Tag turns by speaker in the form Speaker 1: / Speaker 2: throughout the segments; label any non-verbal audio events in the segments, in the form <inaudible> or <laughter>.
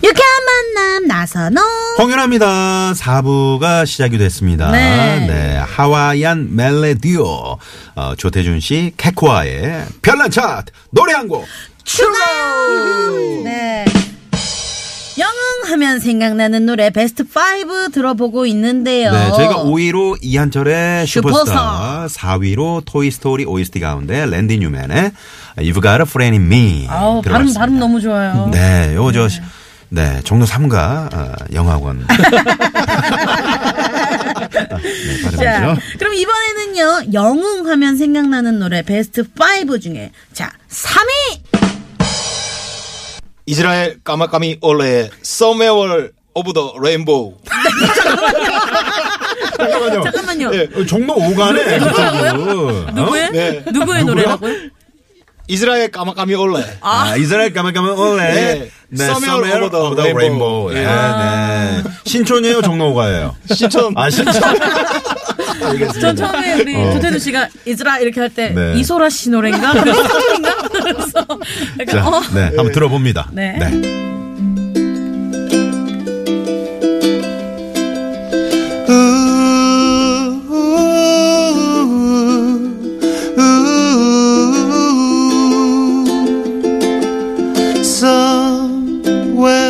Speaker 1: 유쾌한 만남 나선홍
Speaker 2: 홍연합니다. 4부가 시작이 됐습니다.
Speaker 1: 네.
Speaker 2: 하와이안 멜레디오. 어, 조태준 씨, 캐코아의 별난 차트 노래 한 곡.
Speaker 1: 출발! 네. 영웅하면 생각나는 노래 베스트 5 들어보고 있는데요.
Speaker 2: 네, 저희가 5위로 이한철의
Speaker 1: 어. 슈퍼스타.
Speaker 2: 슈퍼스타, 4위로 토이스토리 OST 가운데 랜디 뉴맨의 You've Got a Friend in Me.
Speaker 1: 아우, 발음
Speaker 2: 들어봤습니다.
Speaker 1: 발음 너무 좋아요.
Speaker 2: 네, 요거 저, 시- 네, 종로 3가 어,
Speaker 1: <laughs>
Speaker 2: 영화관. 네,
Speaker 1: 자,
Speaker 2: 발음이죠.
Speaker 1: 그럼 이번에는요. 영웅하면 생각나는 노래 베스트 5 중에 자, 3위.
Speaker 3: 이스라엘 까마까미 올레의 Somewhere of the Rainbow.
Speaker 2: 잠깐만요.
Speaker 1: 잠깐만요.
Speaker 2: 네.
Speaker 3: 예.
Speaker 2: 종로 5가네, 어?
Speaker 1: 누구의?
Speaker 3: 네.
Speaker 1: 누구의 노래라고요?
Speaker 3: 이스라엘 까마까미 올레.
Speaker 2: 아, 이스라엘 까만 까만 올레.
Speaker 3: 네. Summer of the Rainbow.
Speaker 2: 네,
Speaker 3: 예.
Speaker 2: 네. 신촌이에요, 종로가예요.
Speaker 3: 신촌.
Speaker 2: 아, 신촌.
Speaker 1: 전 처음에 우리 조태준 씨가 이즈라 이렇게 할 때
Speaker 2: 어. 네.
Speaker 1: 이소라 씨
Speaker 2: <laughs>
Speaker 1: 노래인가? 그래서 그래서 약간
Speaker 2: 자,
Speaker 1: 어.
Speaker 2: 네, 한번 들어봅니다.
Speaker 1: 네.
Speaker 4: Somewhere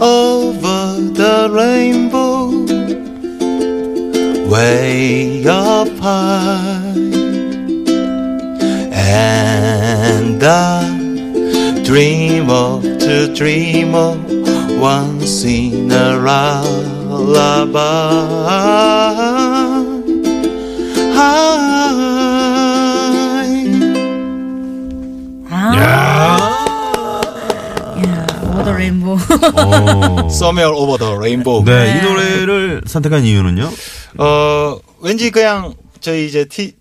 Speaker 4: over the rainbow, way up high, and I dream of to dream of once in a lullaby. High.
Speaker 1: 아. 야, 워더
Speaker 2: <laughs>
Speaker 1: 레인보우.
Speaker 3: Somewhere over the Rainbow.
Speaker 2: 네, 이 노래를 선택한 이유는요?
Speaker 3: 어, 왠지 그냥 저희 이제 티,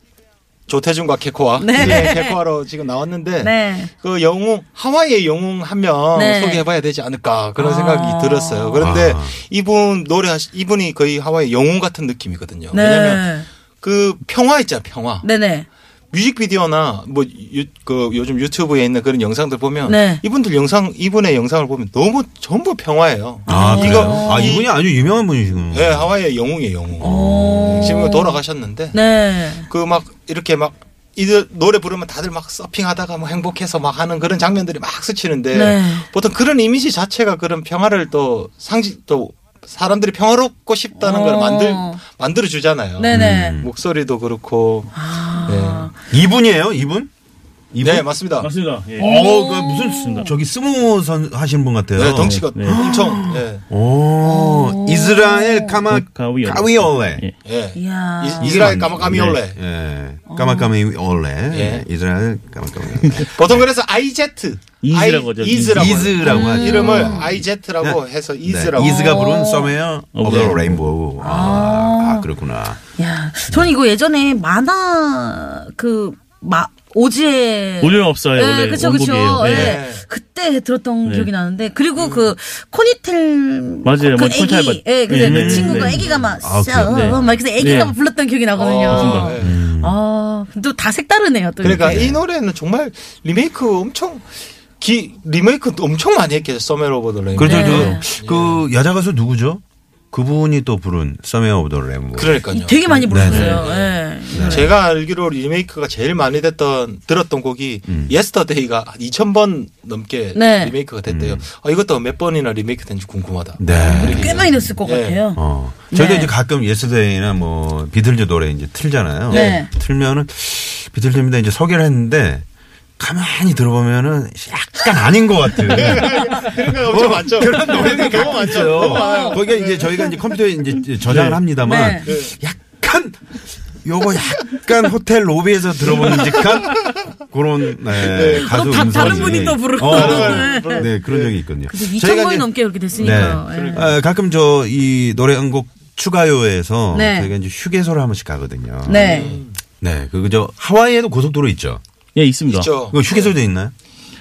Speaker 3: 조태준과 캐코아.
Speaker 1: 네.
Speaker 3: 예, 캐코아로 지금 나왔는데.
Speaker 1: 네.
Speaker 3: 그 영웅, 하와이의 영웅 한 명
Speaker 1: 네. 아.
Speaker 3: 소개해봐야 되지 않을까. 그런 생각이 들었어요. 그런데
Speaker 2: 아.
Speaker 3: 이분 노래, 이분이 거의 하와이 영웅 같은 느낌이거든요.
Speaker 1: 네.
Speaker 3: 어, 왜냐면 그 평화 있잖아, 평화.
Speaker 1: 네네.
Speaker 3: 뮤직비디오나 뭐 유, 그 요즘 유튜브에 있는 그런 영상들 보면
Speaker 1: 네.
Speaker 3: 이분들 영상 이분의 영상을 보면 너무 전부 평화예요.
Speaker 2: 아,
Speaker 1: 네.
Speaker 2: 그래요? 아,
Speaker 3: 네. 이-
Speaker 2: 이분이 아주 유명한 분이시군요.
Speaker 3: 네, 하와이의 영웅이에요, 영웅.
Speaker 1: 어.
Speaker 3: 지금 돌아가셨는데
Speaker 1: 네.
Speaker 3: 그 막 이렇게 막 이들 노래 부르면 다들 막 서핑하다가 뭐 행복해서 막 하는 그런 장면들이 막 스치는데
Speaker 1: 네.
Speaker 3: 보통 그런 이미지 자체가 그런 평화를 또 상징 또 사람들이 평화롭고 싶다는 걸
Speaker 1: 어.
Speaker 3: 만들 만들어 주잖아요.
Speaker 1: 네네. 아.
Speaker 3: 목소리도 그렇고
Speaker 2: 이분이에요, 이분? 이분?
Speaker 3: 네. 네, 맞습니다.
Speaker 5: 맞습니다. 예.
Speaker 2: 어, 그 무슨 저기 스모 선 하시는 분 같아요.
Speaker 3: 네, 덩치가
Speaker 5: 네.
Speaker 1: 아.
Speaker 3: 엄청 예.
Speaker 2: 오, 이스라엘 카마
Speaker 5: 가위올레.
Speaker 2: 가위올레.
Speaker 5: 예.
Speaker 3: 예.
Speaker 1: 이야.
Speaker 3: 이- 이스라엘 까마까미
Speaker 2: 네,
Speaker 3: 올레.
Speaker 2: 예. 까마까미 올레.
Speaker 3: 예.
Speaker 2: 이스라엘 까마까미 올레.
Speaker 3: 보통 그래서 IZ.
Speaker 5: 이즈라고 하죠.
Speaker 3: 이즈라고.
Speaker 2: 이즈라고 하죠.
Speaker 3: 이름을
Speaker 1: 음.
Speaker 3: IZ라고 해서 <laughs> 이즈라고.
Speaker 2: 네, 이즈가 부른 Somewhere
Speaker 3: 어,
Speaker 2: of the
Speaker 5: 네.
Speaker 2: Rainbow. 아, 아, 그렇구나.
Speaker 1: 야. 전 이거 예전에 만화 그 마, 오지에
Speaker 5: 오류는 없어요. 원래
Speaker 1: 네, 그쵸, 그쵸.
Speaker 5: 원곡이에요.
Speaker 1: 예.
Speaker 5: 예.
Speaker 1: 그때 들었던
Speaker 5: 네.
Speaker 1: 기억이 나는데, 그리고 그, 코니텔.
Speaker 5: 맞아요.
Speaker 1: 그
Speaker 5: 뭐 코니텔
Speaker 1: 애기.
Speaker 5: 밟았-
Speaker 1: 예, 그래서
Speaker 5: 예,
Speaker 1: 그
Speaker 5: 네,
Speaker 1: 친구가
Speaker 5: 네.
Speaker 1: 애기가 막,
Speaker 2: 아,
Speaker 1: 아,
Speaker 2: 그래요?
Speaker 5: 네.
Speaker 1: 막, 그래서 애기가
Speaker 5: 네.
Speaker 1: 막 불렀던 기억이 나거든요.
Speaker 3: 어,
Speaker 1: 아,
Speaker 3: 네.
Speaker 1: 또 다 색다르네요, 또.
Speaker 3: 그러니까
Speaker 1: 이게.
Speaker 3: 이 노래는 정말 리메이크 엄청 기 리메이크 엄청 많이 했겠죠. 서멜 오브 더 레인.
Speaker 2: 그렇죠.
Speaker 1: 네.
Speaker 2: 저, 그 여자 가수 누구죠? 그분이 또 부른 Somewhere of the Rainbow.
Speaker 3: 그러니까요.
Speaker 1: 되게 많이 불렀어요.
Speaker 2: 네,
Speaker 1: 예.
Speaker 3: 제가 알기로 리메이크가 제일 많이 됐던 들었던 곡이 예스터데이가 2000번 넘게
Speaker 1: 네.
Speaker 3: 리메이크가 됐대요. 아, 이것도 몇 번이나 리메이크 된지 궁금하다.
Speaker 2: 네.
Speaker 1: 꽤 많이 됐을 것
Speaker 3: 예.
Speaker 1: 같아요.
Speaker 2: 어. 저희가
Speaker 1: 네.
Speaker 2: 이제 가끔 예스데이나 뭐 비틀즈 노래 이제 틀잖아요.
Speaker 1: 네.
Speaker 2: 틀면은 비틀즈입니다 이제 소개를 했는데 가만히 들어보면은 약간 아닌 것 <laughs> 같아요.
Speaker 3: 그러니까 엄청 많죠.
Speaker 2: 그런 노래들이 너무 많죠. 아. 네. 거기가 이제 저희가 이제 컴퓨터에 이제 저장을 합니다만
Speaker 1: 네.
Speaker 2: 약간 요거 약간 호텔 로비에서 들어본 듯한 그런 네, 가수
Speaker 1: 다-
Speaker 2: 음성이
Speaker 1: 다른 분이 또 부르고. <laughs>
Speaker 2: 어, 네 그런 적이 있거든요.
Speaker 1: 그래서 2,000번이 넘게 그렇게 됐으니까요.
Speaker 2: 네.
Speaker 1: 예.
Speaker 2: 아, 가끔 저 이 노래 한 곡 추가요에서
Speaker 1: 네.
Speaker 2: 저희가 이제 휴게소를 한 번씩 가거든요.
Speaker 1: 네.
Speaker 2: 네, 그리고 저 하와이에도 고속도로 있죠.
Speaker 5: 예, 있습니다.
Speaker 3: 있죠.
Speaker 2: 그 휴게소도 있나요?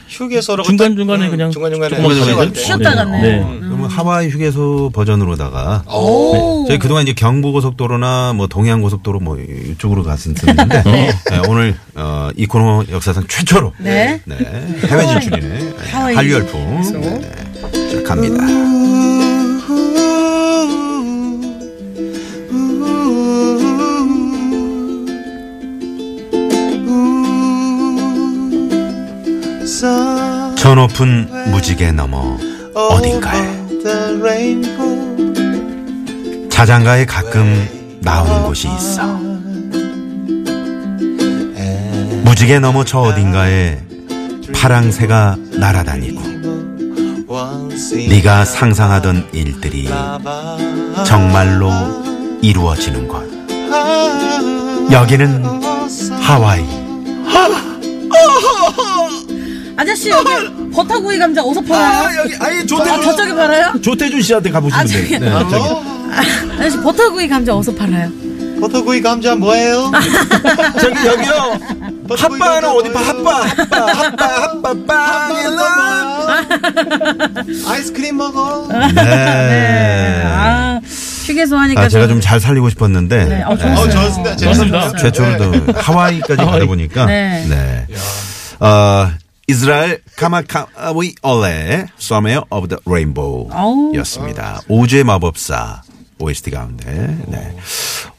Speaker 3: 휴게소로 음,
Speaker 5: 중간중간에 그냥
Speaker 3: 중간 중간에
Speaker 5: 조금만
Speaker 2: 가면
Speaker 1: 쉬었다 갔네.
Speaker 5: 네.
Speaker 2: 그러면 하와이 휴게소 버전으로다가
Speaker 1: 어. 오.
Speaker 2: 저희 그동안 이제 경부고속도로나 뭐 동해안고속도로 뭐 이쪽으로 갔었는데 네, 오늘 어, 이 코너 역사상 최초로
Speaker 1: 네.
Speaker 2: 네, 해외 진출이네 네,
Speaker 1: 하와이.
Speaker 2: 한류 열풍 네, 네. 자, 갑니다.
Speaker 4: Sun
Speaker 2: 저 높은 무지개 넘어 어딘가에
Speaker 4: over the rainbow.
Speaker 2: 자장가에 가끔 나오는 곳이 있어. 무지개 넘어 저 어딘가에 파랑새가 날아다니고
Speaker 4: Once in
Speaker 2: 네가 상상하던 일들이
Speaker 4: lava.
Speaker 2: 정말로 이루어지는 것.
Speaker 3: 아,
Speaker 2: 여기는
Speaker 1: <laughs>
Speaker 2: 하와이.
Speaker 1: 아저씨 여기 버터구이 감자 어디서 팔아요?
Speaker 2: 여기 아예
Speaker 1: 아, 저쪽에 팔아요?
Speaker 2: 조태준 씨한테
Speaker 1: 아,
Speaker 2: 가보시면
Speaker 1: 저기.
Speaker 2: 돼요. 네, 저기.
Speaker 1: 아저씨 버터구이 감자 어디서 팔아요?
Speaker 4: 버터구이 감자 뭐예요?
Speaker 2: 저기 여기요.
Speaker 4: 버터구이
Speaker 2: 핫바는
Speaker 4: 감자
Speaker 2: 어디 봐?
Speaker 4: 뭐예요?
Speaker 2: 핫바, 핫바, 핫바, 핫바,
Speaker 3: 아,
Speaker 2: 빵.
Speaker 1: <laughs>
Speaker 4: 아이스크림 먹어.
Speaker 2: 네.
Speaker 1: 아 휴게소 하니까
Speaker 2: 아, 제가
Speaker 1: 좀-
Speaker 2: 좀 잘 살리고 싶었는데.
Speaker 1: 네, 어,
Speaker 2: 네.
Speaker 1: 좋았어요.
Speaker 4: 어,
Speaker 3: 아.
Speaker 4: 좋았습니다.
Speaker 5: 좋았습니다.
Speaker 1: 좋았어요.
Speaker 2: 최초로도 하와이까지 가다 보니까
Speaker 1: 네.
Speaker 2: 네. 어, 이스라엘 카마카위 올레 Summer of the
Speaker 1: 어우.
Speaker 2: Rainbow였습니다. 오제 마법사 OST 가운데. 네.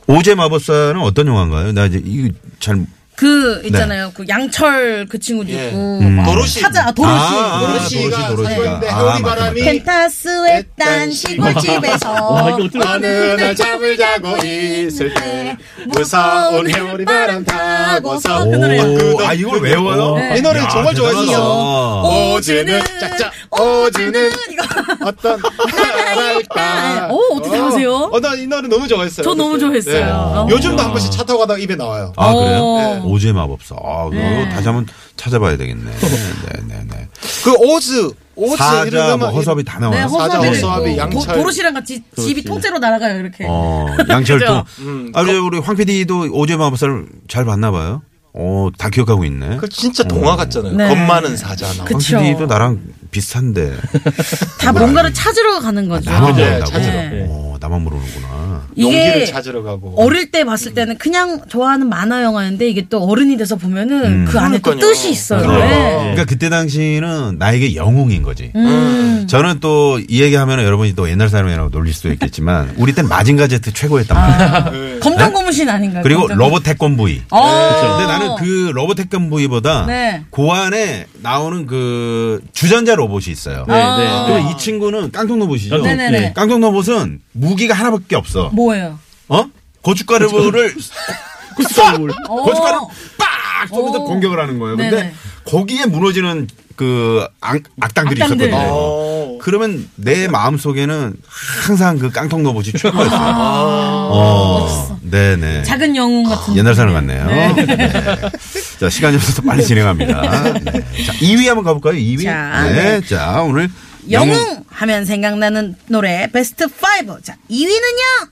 Speaker 2: 오제 마법사는 어떤 영화인가요? 나 이제 이거 잘 네.
Speaker 1: 그 있잖아요. 그 양철 그 친구도
Speaker 3: 예.
Speaker 1: 있고
Speaker 3: 도로시.
Speaker 1: 사자 아, 도로시.
Speaker 2: 음. 아,
Speaker 1: 도로시.
Speaker 2: 도로시, 도로시가.
Speaker 3: 사건인데
Speaker 2: 아,
Speaker 3: 하울이
Speaker 2: 맞다,
Speaker 3: 바람이
Speaker 1: 펜타스의 딴 시골집에서
Speaker 2: <laughs>
Speaker 5: 와, 이거 어떻게
Speaker 1: 어느 날 잠을 자고 있을 때 네. 무서운 해오리바람 타고서 그 노래요.
Speaker 2: 오, 아 이걸 외워요?
Speaker 3: 네. 이 노래 정말 좋아했어요.
Speaker 2: 대단하다.
Speaker 3: 오즈는 짝짝 오즈는
Speaker 1: 이거
Speaker 3: <laughs> 어떤
Speaker 1: 아,
Speaker 3: 하랄까.
Speaker 1: 오, 어떻게 아세요?
Speaker 3: 어, 나이 노래 너무 좋아했어요. 네.
Speaker 1: 저 너무 좋아했어요. 어.
Speaker 3: 요즘도 한 번씩 차 타고 가다가 입에 나와요.
Speaker 2: 아 그래요?
Speaker 1: 어.
Speaker 2: 오제 마법사. 아, 그거 다시 한번 찾아봐야 되겠네. 네, 네, 네.
Speaker 3: 그 오즈, 오즈
Speaker 2: 사자,
Speaker 3: 이런
Speaker 2: 뭐
Speaker 3: 거만
Speaker 2: 허섭이 다
Speaker 1: 네,
Speaker 2: 나와요.
Speaker 3: 사자,
Speaker 1: 허수아비를
Speaker 3: 허수아비,
Speaker 1: 또
Speaker 3: 양철.
Speaker 1: 도, 도로시랑 같이 집이 통째로 날아가요 이렇게.
Speaker 2: 어, 양철도.
Speaker 1: 그죠?
Speaker 3: 음.
Speaker 2: 아, 우리, 우리 황 PD도 오제 마법사를 잘 봤나 봐요. 어, 다 기억하고 있네.
Speaker 3: 그 진짜 동화 같잖아요.
Speaker 1: 네.
Speaker 3: 겁 많은 사자 나와.
Speaker 1: 그-
Speaker 2: 황
Speaker 1: 그쵸.
Speaker 2: PD도 아, 나랑
Speaker 1: <laughs>
Speaker 2: 비슷한데.
Speaker 1: 다 뭔가를 찾으러 가는 거죠.
Speaker 2: 나만
Speaker 3: 그죠,
Speaker 2: 모른다고?
Speaker 3: 찾으러.
Speaker 1: 네.
Speaker 2: 어, 나만 모르는구나.
Speaker 3: 용기를
Speaker 1: 이게
Speaker 3: 찾으러 가고.
Speaker 1: 어릴 때 봤을 때는 그냥 좋아하는 만화 영화인데 이게 또 어른이 돼서 보면은 그 안에 또
Speaker 3: 그러니까요.
Speaker 1: 뜻이 있어요.
Speaker 3: 그래요.
Speaker 1: 네.
Speaker 2: 그러니까 그때 당시는 나에게 영웅인 거지.
Speaker 1: 음.
Speaker 2: 저는 또 이 얘기하면 여러분이 또 옛날 사람이라고 놀릴 수도 있겠지만 우리 땐 마징가 제트 최고였단
Speaker 1: 아,
Speaker 2: 말이야.
Speaker 3: 네.
Speaker 1: 검정 고무신 아닌가요?
Speaker 2: 그리고
Speaker 1: 검정
Speaker 2: 로봇 태권브이.
Speaker 1: 고무신? 그렇죠. 어.
Speaker 2: 근데 나는 그 로봇 태권브이보다
Speaker 1: 네.
Speaker 2: 고안에 나오는 그 주전자 로봇이 있어요.
Speaker 5: 네,
Speaker 1: 아,
Speaker 5: 네.
Speaker 2: 그럼 이 친구는 깡통 로봇이죠.
Speaker 5: 깡통,
Speaker 1: 네네네.
Speaker 5: 예.
Speaker 2: 깡통 로봇은 무기가 하나밖에 없어.
Speaker 1: 뭐예요?
Speaker 2: 어? <laughs> 고춧가루를
Speaker 5: 꿀꺽물.
Speaker 1: 어.
Speaker 2: 고춧가루 빡 쏘면서
Speaker 1: 오.
Speaker 2: 공격을 하는 거예요. 근데
Speaker 1: 네네.
Speaker 2: 거기에 무너지는 그 악, 악당들이
Speaker 1: 악당들.
Speaker 2: 있었거든요.
Speaker 3: 어.
Speaker 2: 그러면 내 마음 속에는 항상 그 깡통 로봇이 최고였어요.
Speaker 1: 멋있어.
Speaker 2: 어, 네네.
Speaker 1: 작은 영웅 같은.
Speaker 2: 옛날 사람 같네요. 네. 자, 시간이 없어서 빨리 진행합니다. 네. 자, 2위 한번 가볼까요? 2위.
Speaker 1: 자,
Speaker 2: 네. 자, 오늘
Speaker 1: 영웅 하면 생각나는 노래 베스트 5. 자, 2위는요.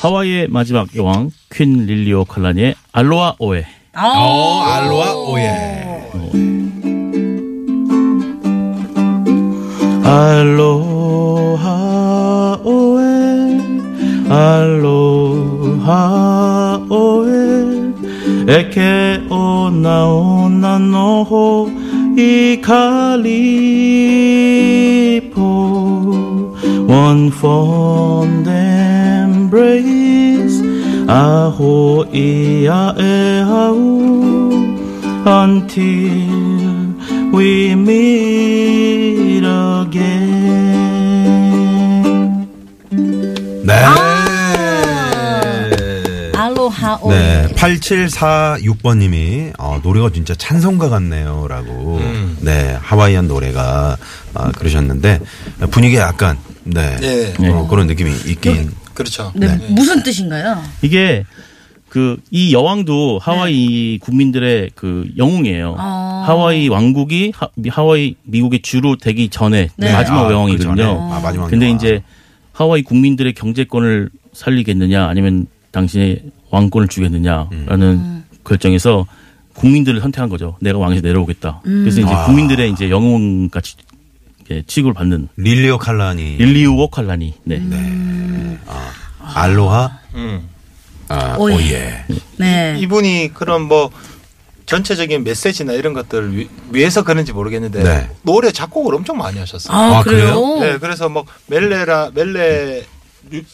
Speaker 5: 하와이의 마지막 여왕 퀸 릴리오 칼라니의 알로아 오에.
Speaker 1: 아.
Speaker 2: 어, 알로아 오예.
Speaker 5: 알로하 오에 알로하 오에 에케 오나 오나 노호 이카리포 One fond embrace 아호 이야 에하우 until we meet again.
Speaker 2: 네.
Speaker 5: 아!
Speaker 1: 알로하 오.
Speaker 2: 네, 8746번님이 어, 노래가 진짜 찬송가 같네요라고
Speaker 3: 음.
Speaker 2: 네 하와이안 노래가 아, 그러셨는데 분위기 가 약간 네,
Speaker 3: 네.
Speaker 2: 어, 그런 느낌이 있긴
Speaker 3: 그렇죠.
Speaker 6: 네. 무슨 뜻인가요?
Speaker 5: 이게 그 이 여왕도 하와이 국민들의 그 영웅이에요.
Speaker 6: 아.
Speaker 5: 하와이 왕국이 하, 하와이 미국의 주로 되기 전에
Speaker 6: 네.
Speaker 5: 마지막
Speaker 2: 아, 그 전에?
Speaker 5: 여왕이거든요.
Speaker 2: 아, 마지막
Speaker 5: 근데
Speaker 2: 여왕.
Speaker 5: 이제 하와이 국민들의 경제권을 살리겠느냐 아니면 당신의 왕권을 주겠느냐라는 결정에서 국민들을 선택한 거죠. 내가 왕에서 내려오겠다. 그래서 이제
Speaker 2: 아.
Speaker 5: 국민들의 이제 영웅 같이 취급을 받는
Speaker 2: 릴리오 칼라니,
Speaker 5: 일리우 워칼라니. 네.
Speaker 2: 알로하,
Speaker 3: 음.
Speaker 2: 아,
Speaker 6: 오예.
Speaker 2: 오예.
Speaker 6: 네.
Speaker 3: 이분이 그런 뭐 전체적인 메시지나 이런 것들을 위, 위해서 그런지 모르겠는데
Speaker 2: 네.
Speaker 3: 노래 작곡을 엄청 많이 하셨어요.
Speaker 6: 아,
Speaker 2: 아,
Speaker 6: 그래요?
Speaker 3: 네, 그래서 뭐 멜레라 멜레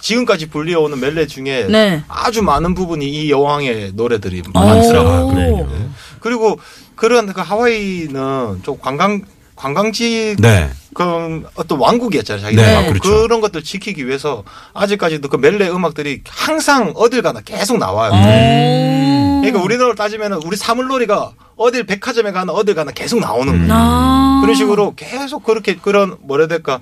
Speaker 3: 지금까지 불리워오는 멜레 중에
Speaker 6: 네.
Speaker 3: 아주 많은 부분이 이 여왕의 노래들이
Speaker 6: 오.
Speaker 3: 많이 들어가요.
Speaker 5: 그래요.
Speaker 3: 그리고 그런 그 하와이는 좀 관광 관광지
Speaker 2: 네.
Speaker 3: 그 어떤 왕국이었잖아요. 자기
Speaker 2: 네,
Speaker 6: 아,
Speaker 2: 그렇죠.
Speaker 3: 런 것들 지키기 위해서 아직까지도 그 멜레 음악들이 항상 어딜 가나 계속 나와요.
Speaker 6: 오.
Speaker 3: 그러니까 우리나라로 따지면 우리 사물놀이가 어딜 백화점에 가나 어딜 가나 계속 나오는
Speaker 2: 음.
Speaker 3: 거예요.
Speaker 6: 아.
Speaker 3: 그런 식으로 계속 그렇게 그런 뭐라 해야 될까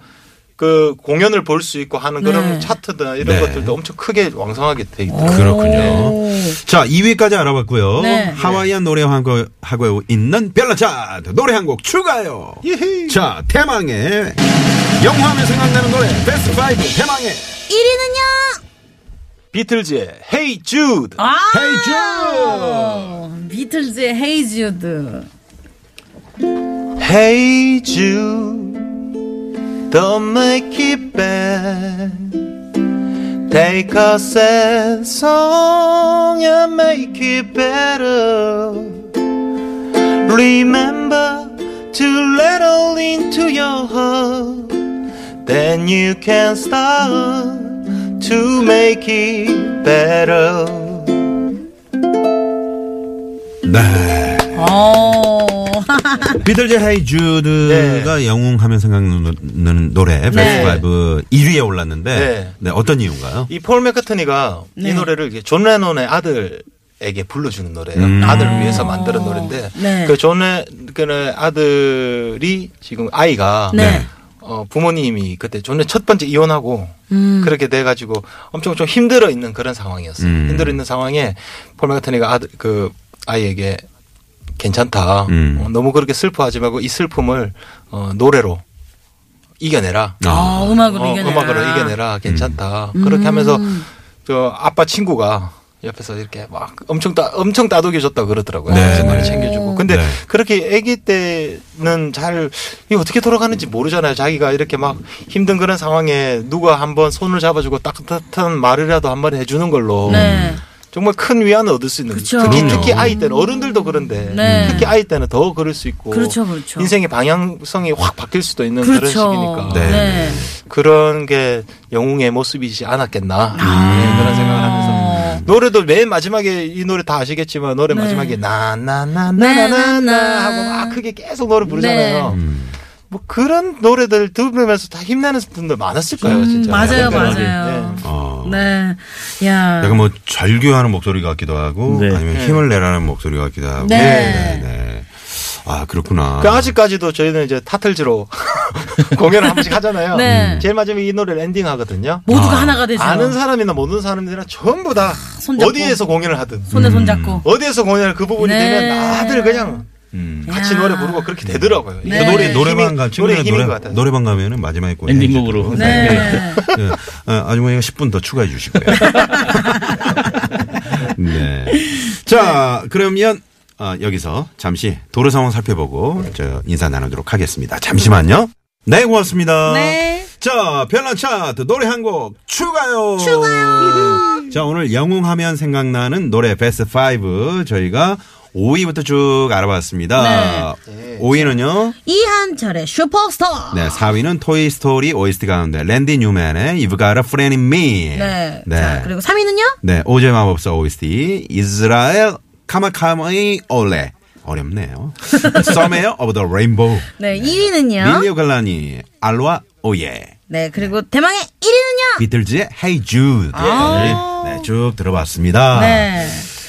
Speaker 3: 그 공연을 볼 수 있고 하는 그런
Speaker 6: 네.
Speaker 3: 차트나 이런
Speaker 2: 네.
Speaker 3: 것들도 엄청 크게 왕성하게 돼 있다.
Speaker 2: 그렇군요. 자, 2위까지 알아봤고요.
Speaker 6: 네.
Speaker 2: 하와이안 노래 한거 하고 있는 별난차트 노래 한 곡 추가요. 자, 대망의 영화하면 생각나는 노래 베스트 5 대망의
Speaker 6: 1위는요?
Speaker 3: 비틀즈의 Hey Jude.
Speaker 6: 아.
Speaker 2: 헤이즈!
Speaker 6: 비틀즈의 헤이즈우드.
Speaker 3: Hey Jude, don't make it bad. Take a sad song and make it better. Remember to let all into your heart. Then you can start to make it better.
Speaker 2: 네.
Speaker 6: 어.
Speaker 2: <laughs>
Speaker 6: <laughs>
Speaker 2: 비틀즈 헤이주드가 영웅하면 생각나는 노래 베스트
Speaker 6: 네.
Speaker 2: 5 1위에 올랐는데
Speaker 3: 네.
Speaker 2: 네, 어떤 이유인가요?
Speaker 3: 이 폴 맥카트니가
Speaker 6: 네.
Speaker 3: 이 노래를 이게 존 레논의 아들에게 불러주는 노래예요.
Speaker 2: 음.
Speaker 3: 아들을 위해서 만드는 노래인데
Speaker 6: 네.
Speaker 3: 그존 레논의 아들이 지금 아이가
Speaker 6: 네.
Speaker 3: 어, 부모님이 그때 존레첫 번째 이혼하고
Speaker 6: 음.
Speaker 3: 그렇게 돼가지고 엄청 좀 힘들어 있는 그런 상황이었어요.
Speaker 2: 음.
Speaker 3: 힘들어 있는 상황에 폴 맥카트니가 아들 그 아이에게 괜찮다.
Speaker 2: 음.
Speaker 3: 어, 너무 그렇게 슬퍼하지 말고 이 슬픔을 어, 노래로 이겨내라.
Speaker 6: 아, 음악으로
Speaker 3: 어,
Speaker 6: 이겨내라. 음.
Speaker 3: 음악으로 이겨내라 괜찮다 그렇게 하면서 저 아빠 친구가 옆에서 이렇게 막 엄청 따 엄청 따독여 줬다 그러더라고요
Speaker 2: 네.
Speaker 3: 그래서 많이 챙겨주고 근데
Speaker 2: 네.
Speaker 3: 그렇게 아기 때는 잘 이 어떻게 돌아가는지 모르잖아요 자기가 이렇게 막 힘든 그런 상황에 누가 한번 손을 잡아주고 따뜻한 말이라도 한번 해주는 걸로
Speaker 6: 네.
Speaker 3: 정말 큰 위안을 얻을 수 있는
Speaker 6: 그쵸.
Speaker 3: 특히
Speaker 2: 그럼요.
Speaker 3: 특히 아이 때는 어른들도 그런데
Speaker 6: 네.
Speaker 3: 특히 아이 때는 더 그럴 수 있고
Speaker 6: 그렇죠, 그렇죠.
Speaker 3: 인생의 방향성이 확 바뀔 수도 있는 그런
Speaker 6: 그렇죠.
Speaker 3: 시기니까
Speaker 2: 네.
Speaker 6: 네.
Speaker 3: 그런 게 영웅의 모습이지 않았겠나
Speaker 6: 아.
Speaker 3: 네, 그런 생각을 하면서 노래도 맨 마지막에 이 노래 다 아시겠지만 노래
Speaker 6: 음. 네.
Speaker 3: 마지막에 나나나나나나 하고 막 크게 계속 노래
Speaker 6: 네.
Speaker 3: 부르잖아요. 뭐 그런 노래들 들으면서 다 힘내는 분들 많았을 거예요, 진짜.
Speaker 6: 음, 맞아요,
Speaker 3: 약간 그런,
Speaker 6: 맞아요.
Speaker 3: 네.
Speaker 2: 어.
Speaker 6: 네. 야.
Speaker 2: 약간 뭐 절규하는 목소리 같기도 하고
Speaker 5: 네.
Speaker 2: 아니면
Speaker 3: 네.
Speaker 2: 힘을 내라는 목소리 같기도 하고
Speaker 6: 네.
Speaker 2: 네, 네. 아 그렇구나.
Speaker 3: 그 아직까지도 저희는 이제 타틀즈로 <laughs> 공연을 한 번씩 하잖아요. 음.
Speaker 6: 네.
Speaker 3: 제일 마지막에 이 노래를 엔딩하거든요.
Speaker 6: 모두가 하나가 되죠.
Speaker 3: 아는 사람이나 모르는 사람이나 전부 다
Speaker 6: 손잡고.
Speaker 3: 어디에서 공연을 하든
Speaker 6: 손에 손 잡고.
Speaker 3: 어디에서 공연을 그 부분이
Speaker 6: 네.
Speaker 3: 되면 다들 그냥
Speaker 2: 음.
Speaker 3: 같이
Speaker 6: 야.
Speaker 3: 노래 부르고 그렇게 되더라고요.
Speaker 6: 네.
Speaker 3: 이게
Speaker 6: 그
Speaker 2: 노래 노래방
Speaker 3: 힘이-
Speaker 2: 가
Speaker 3: 노래
Speaker 2: 친구들
Speaker 3: 힘인
Speaker 2: 노래
Speaker 3: 것 같아요.
Speaker 2: 노래방 가면은 마지막에 꼭
Speaker 5: 엔딩곡으로.
Speaker 6: 네.
Speaker 2: 네. 아, 아주머니가 10분 더 추가해 주시고요.
Speaker 5: <laughs>
Speaker 2: 네. 자, 그러면 아, 여기서 잠시 도로 상황 살펴보고 저 인사 나누도록 하겠습니다. 잠시만요. 네, 고맙습니다.
Speaker 6: <laughs> 네.
Speaker 2: 자, 별난 차트 노래 한 곡 추가요. 추가요. <laughs> 자, 오늘 영웅하면 생각나는 노래 베스트 5 저희가 5위부터 쭉 알아봤습니다. 5위는요?
Speaker 6: 이한철의 슈퍼스타.
Speaker 2: 네, 4위는 토이 스토리 OST 가운데 랜디 뉴맨의 You've Got a Friend in Me.
Speaker 6: 네. 자,
Speaker 2: 네.
Speaker 6: 그리고 3위는요?
Speaker 2: 네, 오제 마법사 OST 이스라엘 카마카마이 올레. 어렵네요. <laughs> Somewhere of the Rainbow.
Speaker 6: 네, 2위는요?
Speaker 2: 밀리오 갈라니 알로아 오예.
Speaker 6: 네, 그리고 대망의 1위는요?
Speaker 2: 비틀즈의 Hey Jude. 네, 쭉 들어봤습니다.
Speaker 6: 아. 네.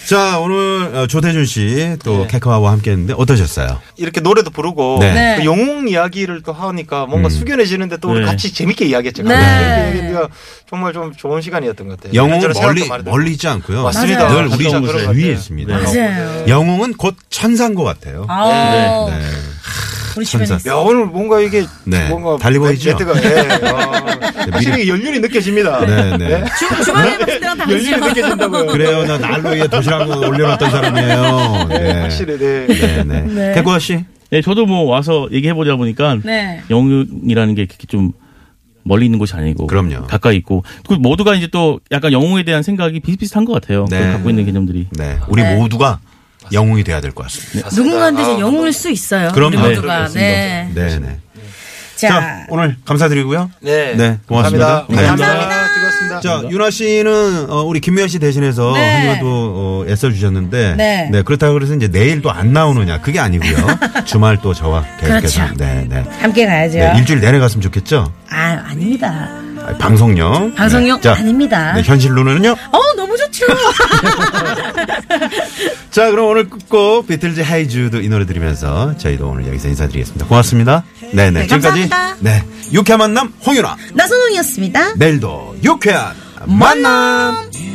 Speaker 2: 자, 오늘 어, 조태준 씨 또
Speaker 3: 네.
Speaker 2: 캐커하고 함께 했는데 어떠셨어요?
Speaker 3: 이렇게 노래도 부르고
Speaker 2: 네. 음.
Speaker 6: 네.
Speaker 3: 그 영웅 이야기를 또 하니까 뭔가 숙연해지는데 또 우리
Speaker 5: 네.
Speaker 3: 같이 재밌게 이야기했죠.
Speaker 6: 네.
Speaker 3: 같이 재밌게 이야기하니까 정말 좀 좋은 시간이었던 것 같아요.
Speaker 2: 영웅은
Speaker 3: 이런저런
Speaker 2: 멀리
Speaker 3: 생각도 많이
Speaker 2: 멀리 있지 않고요.
Speaker 3: 맞습니다.
Speaker 2: 늘 우리
Speaker 3: 진짜 그런 것
Speaker 2: 위에
Speaker 3: 같아요. 네.
Speaker 2: 있습니다.
Speaker 6: 맞아요.
Speaker 2: 영웅은 곧 천사인 것 같아요.
Speaker 6: 아우.
Speaker 2: 네.
Speaker 6: 우리 집에
Speaker 2: 천사.
Speaker 3: 들고. 야 오늘 뭔가 이게
Speaker 2: 네.
Speaker 3: 뭔가
Speaker 2: 달리 보이죠?
Speaker 3: 멘트가 예. 아, 확실히 연륜이 느껴집니다.
Speaker 2: 네, 네.
Speaker 6: 주- 주방에 봤을 때랑 다르죠.
Speaker 3: 연륜이 느껴진다고요.
Speaker 2: 그래요. 나 난로 위에 도시락을 올려놨던 사람이에요.
Speaker 3: 네,
Speaker 2: 네.
Speaker 3: 확실히 네.
Speaker 2: 네, 네. 태구아 씨.
Speaker 5: 네, 저도 뭐 와서 얘기해보자 보니까
Speaker 6: 네.
Speaker 5: 영웅이라는 게 이렇게 좀 멀리 있는 곳이 아니고
Speaker 2: 그럼요.
Speaker 5: 가까이 있고 그 모두가 이제 또 약간 영웅에 대한 생각이 비슷비슷한 것 같아요.
Speaker 2: 네.
Speaker 5: 그 갖고 있는 개념들이.
Speaker 2: 네. 우리 모두가 영웅이 돼야 될 것 같습니다.
Speaker 6: 누군가한테 는 영웅일 수 있어요.
Speaker 2: 아, 그럼요.
Speaker 6: 우리 모두가.
Speaker 5: 네,
Speaker 6: 네.
Speaker 2: 네, 네. 자,
Speaker 6: 자.
Speaker 2: 오늘 감사드리고요.
Speaker 3: 네.
Speaker 2: 네, 고맙습니다.
Speaker 3: 감사합니다.
Speaker 2: 감사합니다.
Speaker 3: 감사합니다. 즐거웠습니다.
Speaker 2: 자, 유나 씨는 어, 우리 김미연 씨 대신해서
Speaker 6: 네.
Speaker 2: 한 시간 또 어, 애써 주셨는데
Speaker 6: 네.
Speaker 2: 그렇다고 그래서 이제 내일 또 안 나오느냐
Speaker 6: <laughs>
Speaker 2: 그게 아니고요. 주말 또 저와 계속해서
Speaker 6: 그렇죠.
Speaker 2: 네, 네.
Speaker 6: 함께 가야죠.
Speaker 2: 네, 일주일 내내 갔으면 좋겠죠.
Speaker 6: 아, 아닙니다.
Speaker 2: 아, 방송용.
Speaker 6: 방송용
Speaker 2: 네. 자,
Speaker 6: 아닙니다.
Speaker 2: 네, 현실 로는요.
Speaker 6: 어, 너무 좋죠. <laughs>
Speaker 2: 자, 그럼 오늘 끝곡 비틀즈 하이주드 이 노래 들으면서 저희도 오늘 여기서 인사드리겠습니다. 고맙습니다. 네, 네.
Speaker 6: 네,
Speaker 2: 지금까지
Speaker 6: 감사합니다.
Speaker 2: 네. 유쾌한 만남 홍윤아.
Speaker 6: 나선홍이었습니다.
Speaker 2: 내일도 유쾌한 만남.